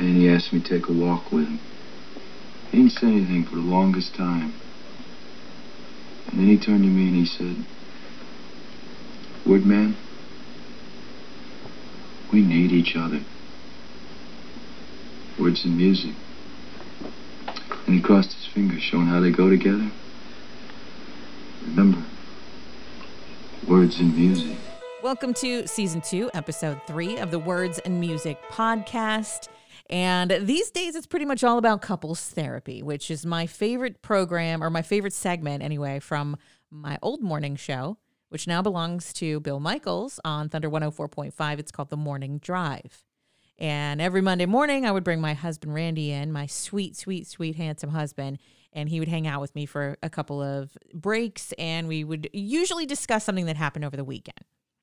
asked me to take a walk with him. He didn't say anything for the longest time. And then he turned to me and he said, Woodman, we need each other. Words and music. And he crossed his fingers, showing how they go together. Remember, words and music. Welcome to season two, episode three of the Words and Music podcast. And these days, it's pretty much all about couples therapy, which is my favorite program or my favorite segment, anyway, from my old morning show, which now belongs to Bill Michaels on Thunder 104.5. It's called The Morning Drive. And every Monday morning, I would bring my husband Randy in, my sweet, sweet, sweet, handsome husband, and he would hang out with me for a couple of breaks. And we would usually discuss something that happened over the weekend.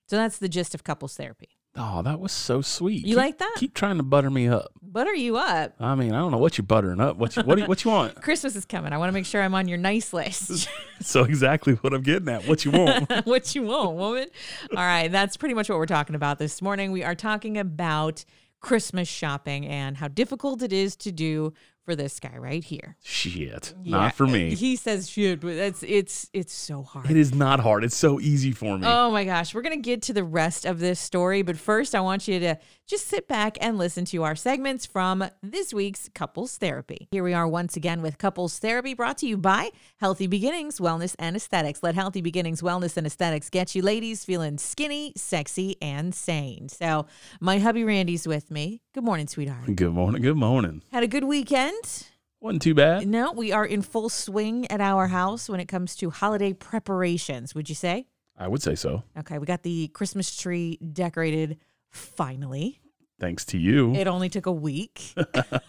So that's the gist of couples therapy. Oh, that was so sweet. You Keep- like that? Keep trying to butter me up. Butter you up. I mean, I don't know what you're buttering up. What you, what, do you- what you want? Christmas is coming. I want to make sure I'm on your nice list. So exactly what I'm getting at. What you want? what you want, woman. All right, that's pretty much what we're talking about this morning. We are talking about Christmas shopping and how difficult it is to do for this guy right here. Shit, Yeah, not for me. He says shit, but that's it's it's so hard. It is not hard. It's so easy for me. Oh my gosh, we're going to get to the rest of this story, but first I want you to just sit back and listen to our segments from this week's Couples Therapy. Here we are once again with Couples Therapy brought to you by Healthy Beginnings Wellness and Aesthetics. Let Healthy Beginnings Wellness and Aesthetics get you ladies feeling skinny, sexy, and sane. So, my hubby Randy's with me. Good morning, sweetheart. Good morning. Good morning. Had a good weekend? Wasn't too bad. No, we are in full swing at our house when it comes to holiday preparations, would you say? I would say so. Okay, we got the Christmas tree decorated finally. Thanks to you. It only took a week.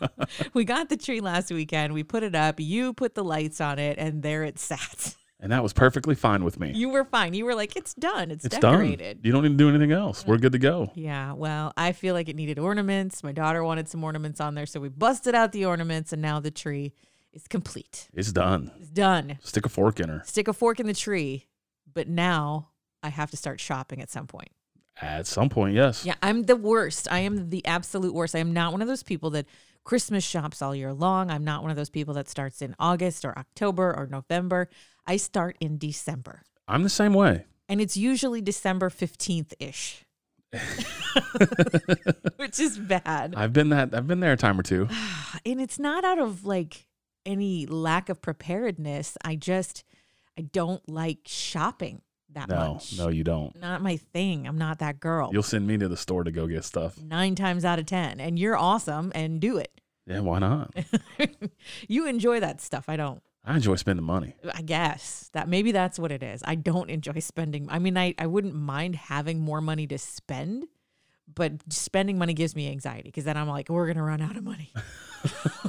we got the tree last weekend. We put it up. You put the lights on it, and there it sat. and that was perfectly fine with me. You were fine. You were like, it's done. It's, it's decorated. done. You don't need to do anything else. We're good to go. Yeah, well, I feel like it needed ornaments. My daughter wanted some ornaments on there, so we busted out the ornaments, and now the tree is complete. It's done. It's done. Stick a fork in her. Stick a fork in the tree, but now I have to start shopping at some point. At some point, yes. Yeah, I'm the worst. I am the absolute worst. I am not one of those people that Christmas shops all year long. I'm not one of those people that starts in August or October or November. I start in December. I'm the same way. And it's usually December 15th ish, which is bad. I've been that. I've been there a time or two. And it's not out of like any lack of preparedness. I just, I don't like shopping that No, much. no, you don't. Not my thing. I'm not that girl. You'll send me to the store to go get stuff. Nine times out of 10. And you're awesome and do it. Yeah, why not? you enjoy that stuff. I don't. I enjoy spending money. I guess that maybe that's what it is. I don't enjoy spending. I mean, I, I wouldn't mind having more money to spend, but spending money gives me anxiety because then I'm like, we're going to run out of money.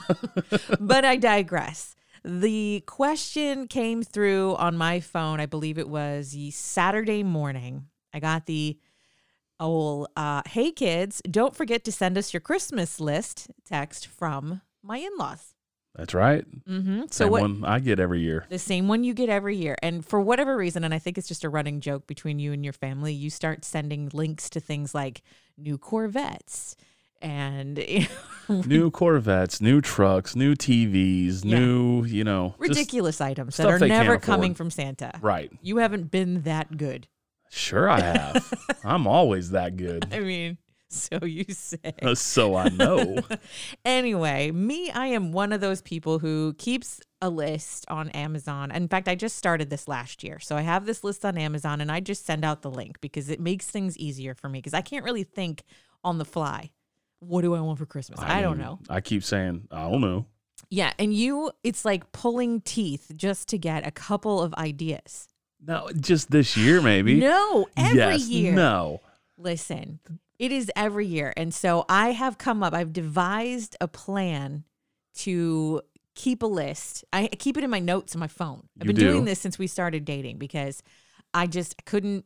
but I digress. The question came through on my phone. I believe it was the Saturday morning. I got the oh, uh, hey kids, don't forget to send us your Christmas list text from my in laws. That's right. Mm-hmm. So same what? one I get every year. The same one you get every year, and for whatever reason, and I think it's just a running joke between you and your family, you start sending links to things like new Corvettes and new Corvettes, new trucks, new TVs, Yeah. new, you know, just- ridiculous items that stuff are they can't never coming afford. from Santa. right. You haven't been that good. Sure, I have. I'm always that good. Uh, I mean, so you say. So I know. Anyway, me, I am one of those people who keeps a list on Amazon. In fact, I just started this last year. So I have this list on Amazon and I just send out the link because it makes things easier for me because I can't really think on the fly. What do I want for Christmas? I, don't mean, know. I keep saying, I don't know. Yeah. And you, it's like pulling teeth just to get a couple of ideas. No, just this year, maybe. No, every yes, year. No. Listen, it is every year. And so I have come up, I've devised a plan to keep a list. I keep it in my notes on my phone. I've You been doing do? this since we started dating because I just couldn't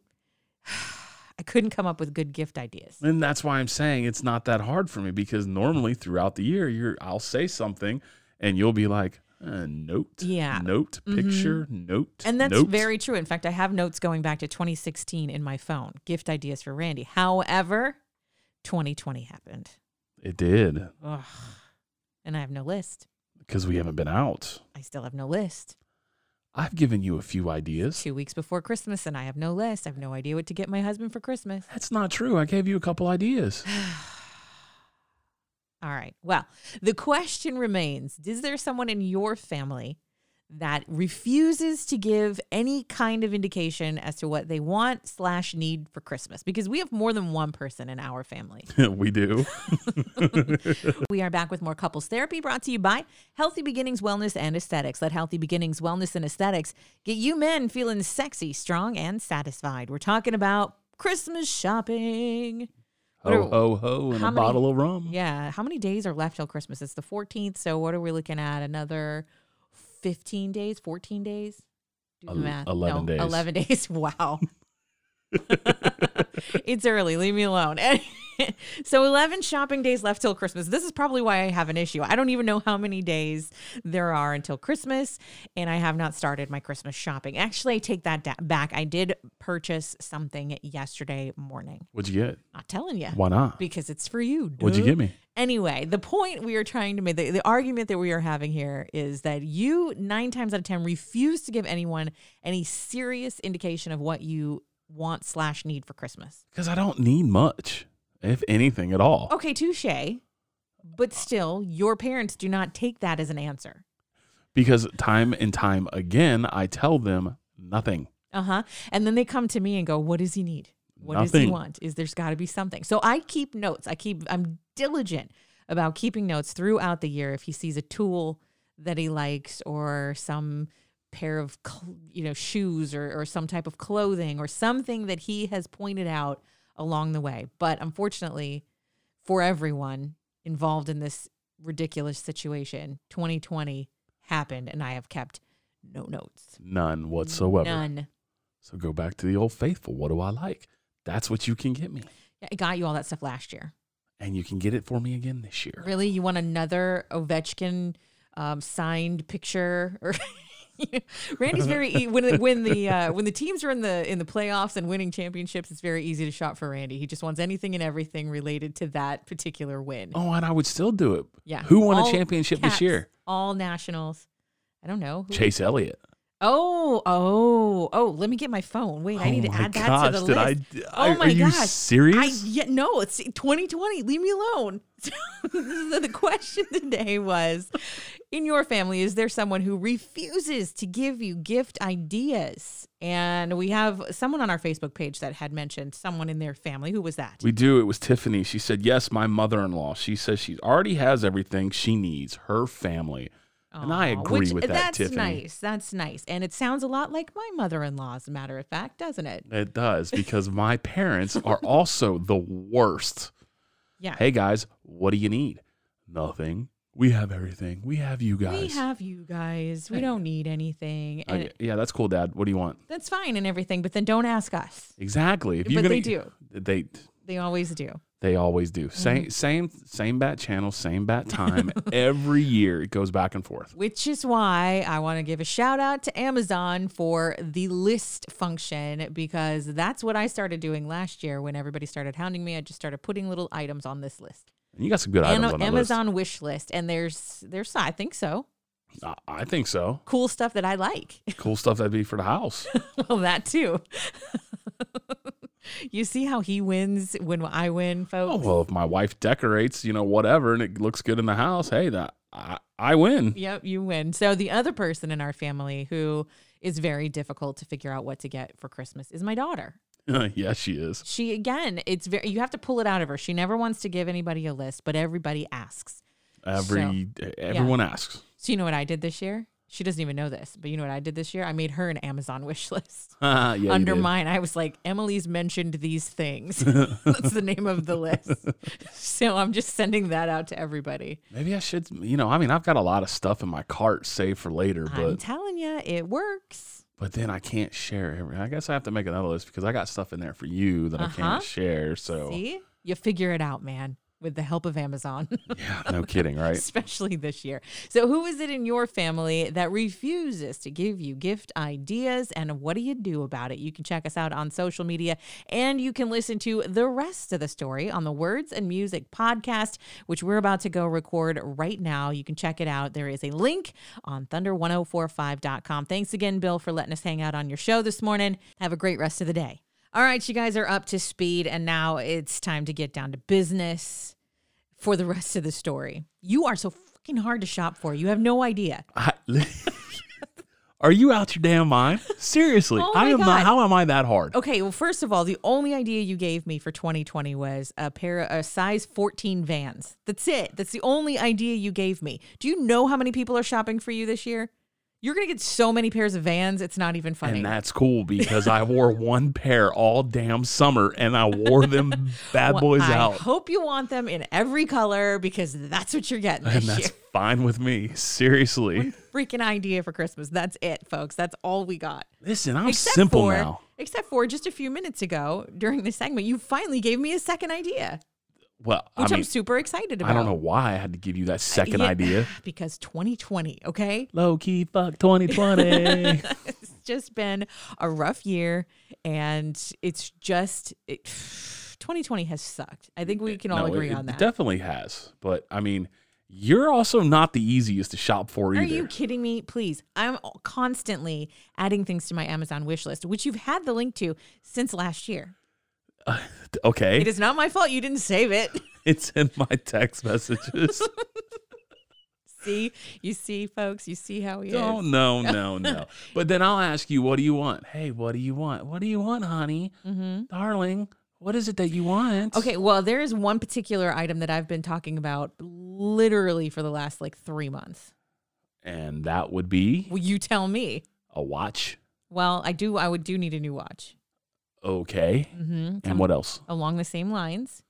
I couldn't come up with good gift ideas. And that's why I'm saying it's not that hard for me because normally throughout the year, you're I'll say something and you'll be like, uh, note, Yeah. Mm-hmm. note, picture, note, And that's note. very true. In fact, I have notes going back to 2016 in my phone, gift ideas for Randy. However, 2020 happened. It did. Ugh. and I have no list. because we haven't been out. I still have no list. I've given you a few ideas. Two weeks before Christmas, and I have no list. I have no idea what to get my husband for Christmas. That's not true. I gave you a couple ideas. All right. Well, the question remains Is there someone in your family that refuses to give any kind of indication as to what they want slash need for Christmas? Because we have more than one person in our family. we do. We are back with more couples therapy brought to you by Healthy Beginnings Wellness and Aesthetics. Let Healthy Beginnings Wellness and Aesthetics get you men feeling sexy, strong, and satisfied. We're talking about Christmas shopping. What Ho are- ho Oh, ho and how a many- bottle of rum. Yeah. How many days are left till Christmas? It's the 14th. So what are we looking at? Another 15 days, 14 days? Do the El- math. 11 No, days. 11 days. Wow. it's early. Leave me alone. so 11 shopping days left till Christmas. This is probably why I have an issue. I don't even know how many days there are until Christmas, and I have not started my Christmas shopping. Actually, I take that da- back. I did purchase something yesterday morning. What'd you get? Not telling you. Why not? Because it's for you. What'd you duh. get me? Anyway, the point we are trying to make, the, the argument that we are having here is that you nine times out of 10 refuse to give anyone any serious indication of what you want slash need for Christmas. Because I don't need much, if anything at all. Okay, touche. But still, your parents do not take that as an answer. Because time and time again, I tell them nothing. Uh huh. And then they come to me and go, What does he need? What does he Nothing. want? Is there's got to be something. So I keep notes. I keep, I'm diligent about keeping notes throughout the year. If he sees a tool that he likes or some pair of, cl- you know, shoes or, or some type of clothing or something that he has pointed out along the way. But unfortunately, for everyone involved in this ridiculous situation, 2020 happened and I have kept no notes. None whatsoever. None. So go back to the old faithful. What do I like? That's what you can get me. Yeah, I got you all that stuff last year. And you can get it for me again this year. Really, you want another Ovechkin um, signed picture? Or Randy's very e- when the- when the uh, when the teams are in the in the playoffs and winning championships, it's very easy to shop for Randy. He just wants anything and everything related to that particular win. Oh, and I would still do it. Yeah, Who won All a championship caps, this year? All nationals. I don't know. Who- Chase Elliott. Oh, oh, oh! Let me get my phone. Wait, I need Oh to my add that gosh, to the did I- list. d- oh I- my are you gosh! serious? I, yeah, no, it's 2020. Leave me alone. So the question today was: In your family, is there someone who refuses to give you gift ideas? And we have someone on our Facebook page that had mentioned someone in their family. Who was that? We do. It was Tiffany. She said, Yes, my mother in law. She says she already has everything she needs, her family. and I Aw, agree which- with that, That's Tiffany. nice. That's nice, and it sounds a lot like my mother-in-law, as a matter of fact, doesn't it? It does because my parents are also the worst. Yeah. Hey guys, what do you need? Nothing. We have everything. We have you guys. We have you guys. We don't need anything. Uh, And yeah, that's cool, Dad. What do you want? that's fine and everything, but then don't ask us. Exactly. If But they do. Mm-hmm. They They always do. they always do. Same same same bat channel, same bat time. Every year it goes back and forth. Which is why I want to give a shout out to Amazon for the list function because that's what I started doing last year when everybody started hounding me. I just started putting little items on this list. And you got some good An- items on that list. Amazon wish list. And there's there's I think so. I, I think so. Cool stuff that I like. Cool stuff that'd be for the house. well, that too. you see how he wins when I win, folks? oh well, if my wife decorates, you know, whatever, and it looks good in the house, hey, that I, I win. Yep, you win. So the other person in our family who is very difficult to figure out what to get for Christmas is my daughter. yeah, she is. She again, it's very you have to pull it out of her. She never wants to give anybody a list, but everybody asks. Every e, everyone asks. So you know what I did this year? She doesn't even know this, but you know what I did this year? I made her an Amazon wish list. yeah, you Under did. mine, I was like, Emily's mentioned these things. That's the name of the list. so I'm just sending that out to everybody. Maybe I should. You know, I mean, I've got a lot of stuff in my cart saved for later, I'm but telling you, it works. but then I can't share. Every, I guess I have to make another list because I got stuff in there for you that I Uh-huh. can't share. So See? You figure it out, man. with the help of Amazon, Yeah, no kidding, right? especially this year. So, who is it in your family that refuses to give you gift ideas? And what do you do about it? You can check us out on social media and you can listen to the rest of the story on the Words and Music podcast, which we're about to go record right now. You can check it out. There is a link on thunder1045.com. Thanks again, Bill, for letting us hang out on your show this morning. Have a great rest of the day. All right, you guys are up to speed, and now it's time to get down to business for the rest of the story. You are so fucking hard to shop for. You have no idea. I, are you out your damn mind? Seriously, Oh I my am God. not. How am I that hard? Okay, well, first of all, the only idea you gave me for 2020 was a pair of a size 14 vans. That's it. That's the only idea you gave me. Do you know how many people are shopping for you this year? You're going to get so many pairs of vans, it's not even funny. And that's cool because I wore one pair all damn summer and I wore them bad Well, boys I out. hope you want them in every color because that's what you're getting And this year. that's fine with me. Seriously. freaking idea for Christmas. That's it, folks. That's all we got. Listen, I'm simple for, now. Except for just a few minutes ago during this segment, you finally gave me a second idea, Well, I which I mean, am super excited about. I don't know why I had to give you that second Yeah, idea. Because 2020, okay? Low key fuck 2020. It's just been a rough year and it's just it, 2020 has sucked. I think we can all No, agree it, on it that. definitely has. But I mean, you're also not the easiest to shop for Are either. you kidding me? Please. I'm constantly adding things to my Amazon wish list, which you've had the link to since last year. okay. It is not my fault you didn't save it. it's in my text messages. see, you see, folks, you see how he Oh is. no, no, no. but then I'll ask you, what do you want? Hey, what do you want? What do you want, honey? Darling, what is it that you want? Mm-hmm. Okay, well, there is one particular item that I've been talking about literally for the last like three months. And that would be Will you tell me? a watch. Well, I do. I would do need a new watch. Okay. Mm-hmm. And what else? Along the same lines.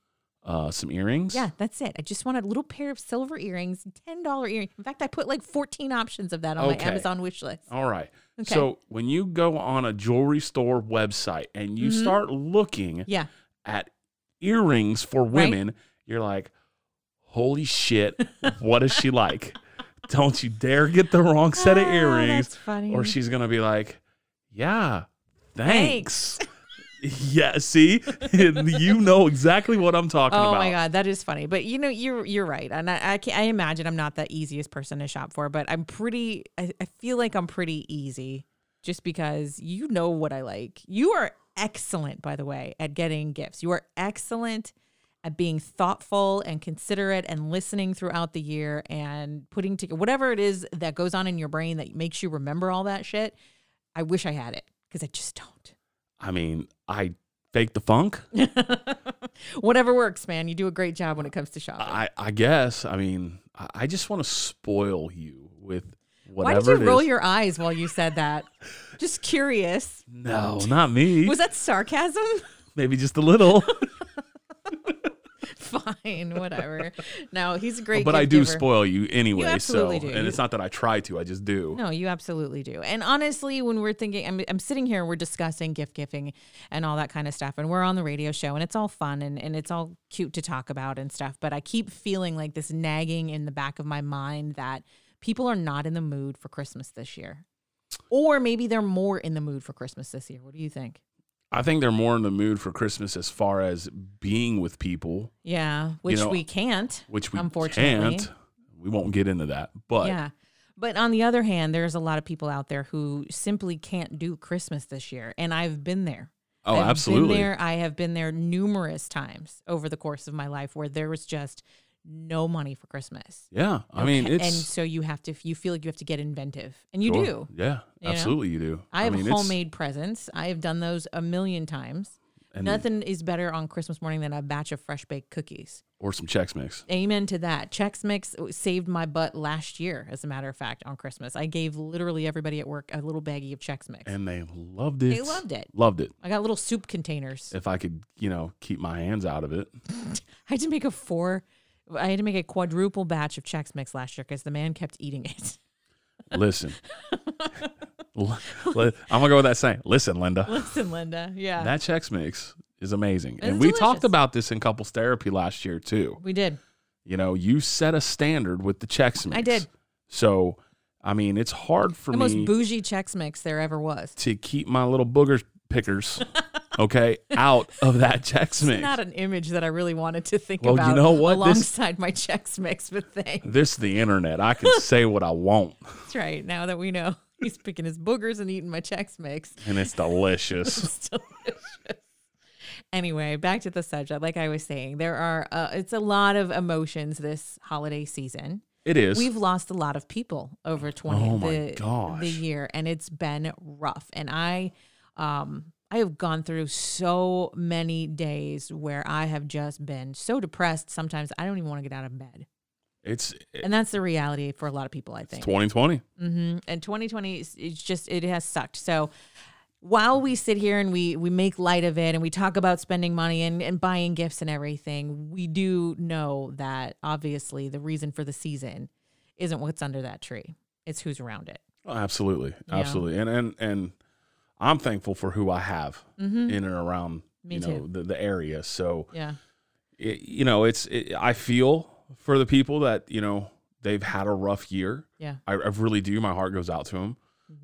Uh, some earrings. Yeah, that's it. I just want a little pair of silver earrings, ten dollar earrings. In fact, I put like fourteen options of that on Okay. my Amazon wish list. All right. Okay. So when you go on a jewelry store website and you Mhm. start looking Yeah, at earrings for women, you're like, holy shit, what is she like? Don't you dare get the wrong set of Ah, earrings. That's funny. or she's gonna be like, "Yeah, thanks." yeah, see, you know exactly what I'm talking Oh about. my god, that is funny. But you know, you're you're right, and I I, can, I imagine I'm not the easiest person to shop for, but I'm pretty. I, I feel like I'm pretty easy, just because you know what I like. You are excellent, by the way, at getting gifts. You are excellent at being thoughtful and considerate and listening throughout the year and putting together whatever it is that goes on in your brain that makes you remember all that shit. I wish I had it because I just don't. I mean, I fake the funk. Whatever works, man. You do a great job when it comes to shopping. I, I guess. I mean, I, I just want to spoil you with Why whatever did you it roll is. your eyes while you said that? Just curious. no, not me. Was that sarcasm? Maybe just a little, Fine, whatever. No, he's a great. but I gift do giver. spoil you anyway. so, absolutely do. and it's not that I try to. I just do. No, you absolutely do. And honestly, when we're thinking, I'm, I'm sitting here and we're discussing gift giving and all that kind of stuff, and we're on the radio show and it's all fun and, and it's all cute to talk about and stuff. But I keep feeling like this nagging in the back of my mind that people are not in the mood for Christmas this year. Or maybe they're more in the mood for Christmas this year. What do you think? I think they're more in the mood for Christmas as far as being with people, Yeah, which know, we can't. which we Unfortunately. can't. We won't get into that, but yeah. But on the other hand, there's a lot of people out there who simply can't do Christmas this year, and I've been there. Oh, I've absolutely. Been there. I have been there numerous times over the course of my life where there was just no money for Christmas. Yeah, I mean Okay, it's and so you have to you feel like you have to get inventive, and you Sure. do. Yeah, know? absolutely, you do. I have mean, it's- homemade presents. I have done those a million times. and- Nothing is better on Christmas morning than a batch of fresh baked cookies. or some checks mix. Amen to that. Chex Mix saved my butt last year, as a matter of fact, on Christmas. I gave literally everybody at work a little baggie of Chex Mix. And they loved it. They loved it. Loved it. I got little soup containers. If I could, you know, keep my hands out of it. I had to make a four, I had to make a quadruple batch of Chex Mix last year because the man kept eating it. Listen, L- li- I'm gonna go with that saying. Listen, Linda, Listen, Linda. Yeah. that checks mix is amazing. And and it's we delicious. talked about this in couples therapy last year too. We did. You know, you set a standard with the checks mix. I did. So, I mean, it's hard for the me most bougie Chex Mix there ever was. to keep my little booger pickers, okay, out of that Chex It's mix. not an image that I really wanted to think Well, you about know what? This- alongside my Chex Mix, but thanks. this is the internet. I can say what I want, That's right. Now that we know he's picking his boogers and eating my Chex Mix, and it's delicious. it's delicious. Anyway, back to the subject. Like I was saying, there are uh, it's a lot of emotions this holiday season. It is. We've lost a lot of people over 20 Oh my the, gosh. the year and it's been rough and I um I have gone through so many days where I have just been so depressed sometimes I don't even want to get out of bed. it's And that's the reality for a lot of people I it's think. 2020. hmm And 2020 is it's just it has sucked. So while we sit here and we we make light of it and we talk about spending money and, and buying gifts and everything, we do know that obviously the reason for the season isn't what's under that tree. It's who's around it. Oh, absolutely, Yeah. absolutely, and and and I'm thankful for who I have Mm-hmm. in and around Me you know too. the, the area. So Yeah. it, you know it's it, I feel for the people that you know they've had a rough year. Yeah. I, I really do. My heart goes out to them.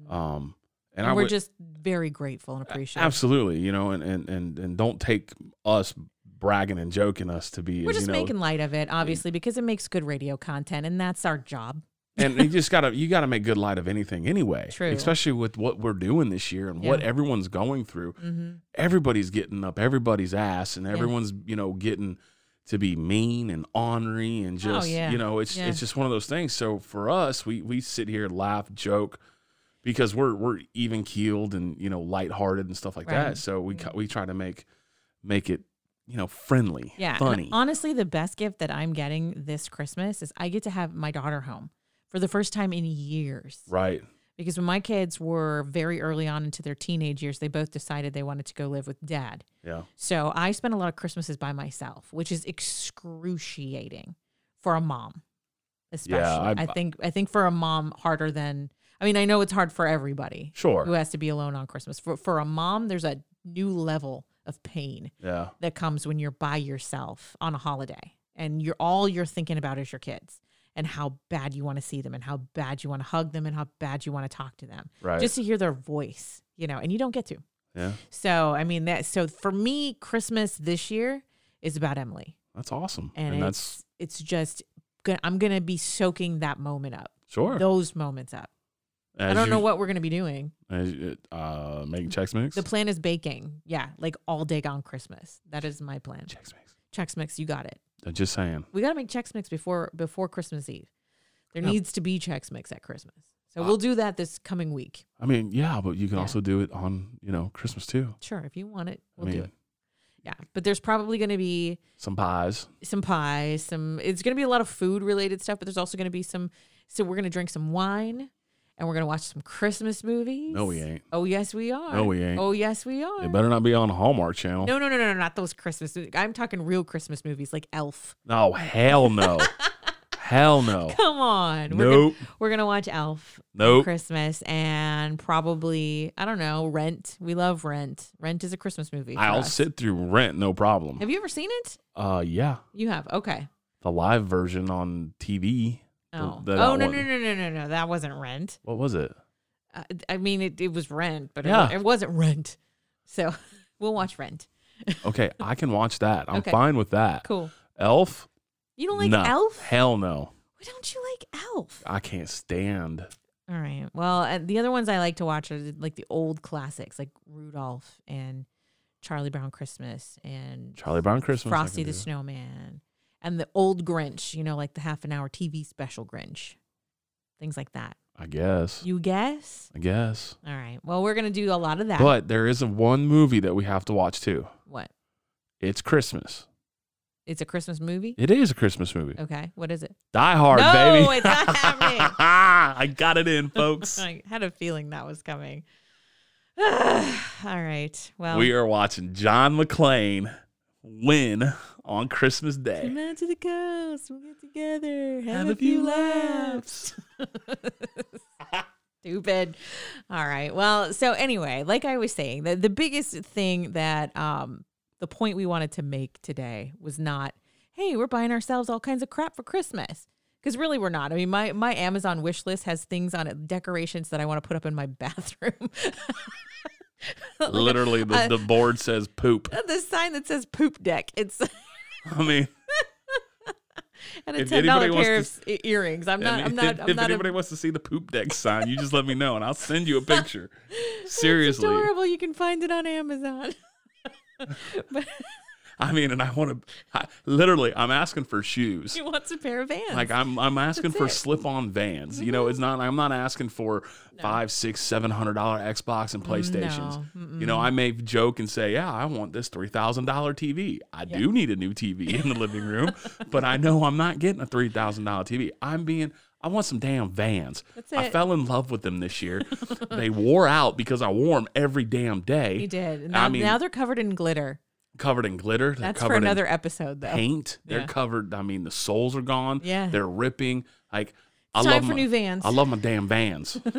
Um, Mm-hmm. and, And I we're would- just very grateful and appreciative. absolutely, you know, and and and and don't take us bragging and joking us to be We're just you know, making light of it, obviously, because it makes good radio content and that's our job. and you just gotta you gotta make good light of anything anyway. True. Especially with what we're doing this year and what Yeah. everyone's going through. Mm-hmm. Everybody's getting up everybody's ass and everyone's, you know, getting to be mean and ornery and just Oh, yeah. you know, it's Yeah. it's just one of those things. So for us, we we sit here, laugh, joke because we're we're even keeled and, you know, lighthearted and stuff like Right. that. So we ca- we try to make make it, you know, friendly, Yeah. and funny. honestly, the best gift that I'm getting this Christmas is I get to have my daughter home for the first time in years. right. Because when my kids were very early on into their teenage years, they both decided they wanted to go live with dad. Yeah. So I spent a lot of Christmases by myself, which is excruciating for a mom, especially. I- I, think I think for a mom harder than I mean I know it's hard for everybody Sure. who has to be alone on Christmas. For for a mom, there's a new level of pain Yeah. that comes when you're by yourself on a holiday and you're all you're thinking about is your kids and how bad you want to see them and how bad you want to hug them and how bad you want to talk to them Right. just to hear their voice you know and you don't get to yeah. so i mean that so for me christmas this year is about emily That's awesome. and, And, that's it's it's just go- i'm gonna be soaking that moment up sure. those moments up i As don't you- know what we're gonna be doing as you- uh, making checks mix. the plan is baking yeah like all day on christmas that is my plan checks mix. chex mix you got it I'm just saying. we got to make Chex Mix before before Christmas Eve. There Yeah. needs to be Chex Mix at Christmas. So we'll do that this coming week. I mean, yeah, but you can Yeah. also do it on you know Christmas too. Sure, if you want it, we'll I mean, do it. Yeah, but there's probably going to be some pies. some pie, some it's going to be a lot of food related stuff, but there's also going to be some so we're going to drink some wine and we're going to watch some Christmas movies. No, we ain't. Oh, yes we are. No, we ain't. Oh, yes we are. It better not be on the Hallmark Channel. no, no, no, no, no, not those Christmas. I'm talking real Christmas movies like Elf. No, hell no, hell no, Come on. We're nope, Gonna, we're going to watch Elf. nope. Christmas and probably I don't know Rent. We love Rent. Rent is a Christmas movie. for I'll us. sit through Rent, no problem. Have you ever seen it? Uh, yeah, You have. Okay. the live version on TV. Oh. the- oh no that no one. no no no no. That wasn't Rent. What was it? Uh, I mean it, it was Rent, but it Yeah. wa- it, wasn't Rent. So we'll watch Rent. Okay, I can watch that. I'm Okay. fine with that. Cool. Elf? You don't like no. Elf? Hell no. Why don't you like Elf? I can't stand. All right. Well, uh, the other ones I like to watch are the- like the old classics, like Rudolph and Charlie Brown Christmas and Charlie Brown Christmas. I Frosty can the do. Snowman, and the old Grinch, you know, like the half an hour TV special Grinch, things like that. I guess. You guess? I guess. All right. Well, we're going to do a lot of that. But there is a one movie that we have to watch too. what? It's Christmas. It's a Christmas movie? It is a Christmas movie. Okay. What is it? Die Hard, No, baby. it's not happening. I got it in, folks. I had a feeling that was coming. All right. Well, we are watching John McClane win on Christmas come Day. out to the coast. We'll get together. Have, a few laughs. stupid. All right. Well, so anyway, like I was saying, the, the biggest thing that um, the point we wanted to make today was not, hey, we're buying ourselves all kinds of crap for Christmas. Because really, we're not. I mean, my, my Amazon wish list has things on it, decorations that I want to put up in my bathroom. Like a- Literally, the, uh, the board says poop. the sign that says poop deck. It's I mean, and a If ten anybody dollar wants pair to of s- earrings. I'm not. I mean, I'm not. if, I'm if not. a- anybody wants to see the poop deck sign, you just let me know and I'll send you a picture. Seriously. adorable. You can find it on Amazon. but I mean, and I want to literally, I'm asking for shoes. she wants a pair of Vans. Like I'm, I'm asking That's for it. Mm-hmm. slip-on Vans. You know, it's not. I'm not asking for five, six, seven hundred dollar Xbox and PlayStations. You know, I may joke and say, "Yeah, I want this three thousand dollar TV. I do need a new TV in the living room, but I know I'm not getting a three thousand dollar TV. I'm being." I want some damn Vans. That's I it. fell in love with them this year. they wore out because I wore them every damn day. you did. And Now, I mean, now they're covered in glitter. covered in glitter. They're That's for covered in another episode, though. paint. They're Oh, Yeah. covered. I mean, the soles are gone. Yeah. they're ripping. Like I Time love for my, new Vans. I love my damn Vans.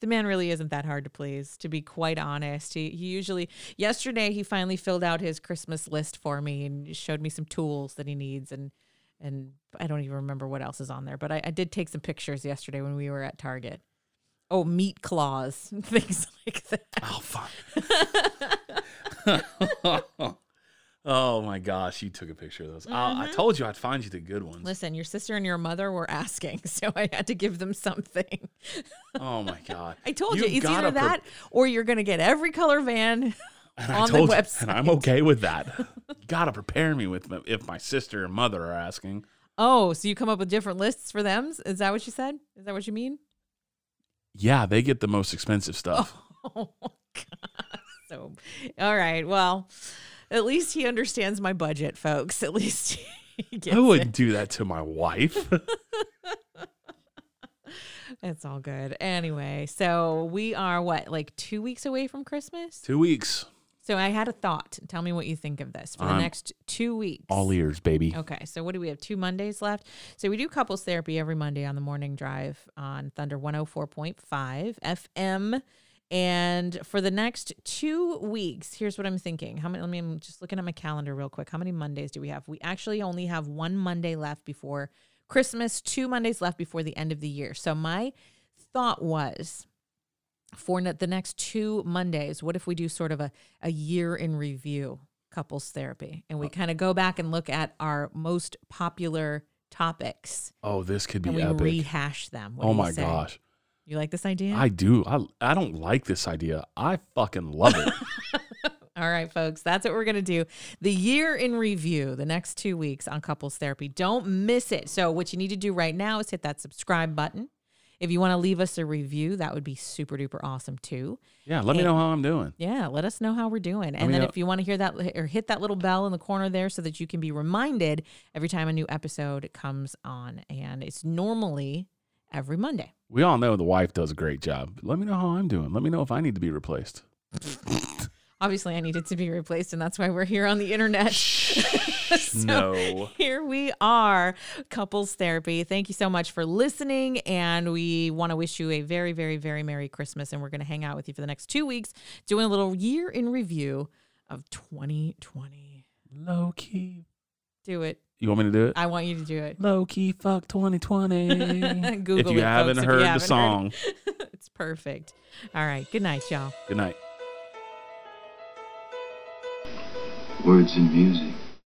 The man really isn't that hard to please, to be quite honest. He, he usually, yesterday, he finally filled out his Christmas list for me and showed me some tools that he needs. And, and I don't even remember what else is on there, but I, I did take some pictures yesterday when we were at Target. Oh, meat claws, things like that. oh fuck. oh my gosh, you took a picture of those. I, I told you I'd find you the good ones. Uh-huh. Listen, your sister and your mother were asking, so I had to give them something. Oh my god. I told you, You've it's gotta either pre- that or you're going to get every color van and I on the told you- website. and I'm okay with that. You gotta prepare me with them if my sister and mother are asking. Oh, so you come up with different lists for them? Is that what you said? Is that what you mean? Yeah, they get the most expensive stuff. Oh god. So all right. Well, at least he understands my budget, folks. At least he gets I wouldn't do that to my wife. it. It's all good. Anyway, so we are what, like two weeks away from Christmas? Two weeks. So I had a thought. Tell me what you think of this for the I'm next two weeks. All ears, baby. Okay, so what do we have? Two Mondays left. So we do couples therapy every Monday on the morning drive on Thunder 104.5 FM. And for the next two weeks, here's what I'm thinking. How many? Let me. I'm just looking at my calendar real quick. How many Mondays do we have? We actually only have one Monday left before Christmas. Two Mondays left before the end of the year. So my thought was for ne- the next two Mondays, what if we do sort of a, a year in review couples therapy and we kind of go back and look at our most popular topics Oh, this could be and we epic. rehash them? What do oh you my say? gosh. You like this idea? I do. I I don't like this idea. I fucking love it. All right, folks, that's what we're going to do. The year in review, the next two weeks on couples therapy. Don't miss it. So, what you need to do right now is hit that subscribe button. If you want to leave us a review, that would be super duper awesome too. yeah, let me know how I'm doing. Yeah, let us know how we're doing. And me then know. if you want to hear that or hit that little bell in the corner there so that you can be reminded every time a new episode comes on. And it's normally every Monday. We all know the wife does a great job. Let me know how I'm doing. Let me know if I need to be replaced. Obviously, I needed to be replaced, and that's why we're here on the internet. So- no. Here we are, couples therapy. Thank you so much for listening. And we want to wish you a very, very, very Merry Christmas. And we're going to hang out with you for the next two weeks, doing a little year in review of 2020. Low key. Do it. You want me to do it? I want you to do it. Low key fuck 2020. Google if it, you haven't folks, if you heard haven't the song, it's perfect. All right. Good night, y'all. good night. Words and music.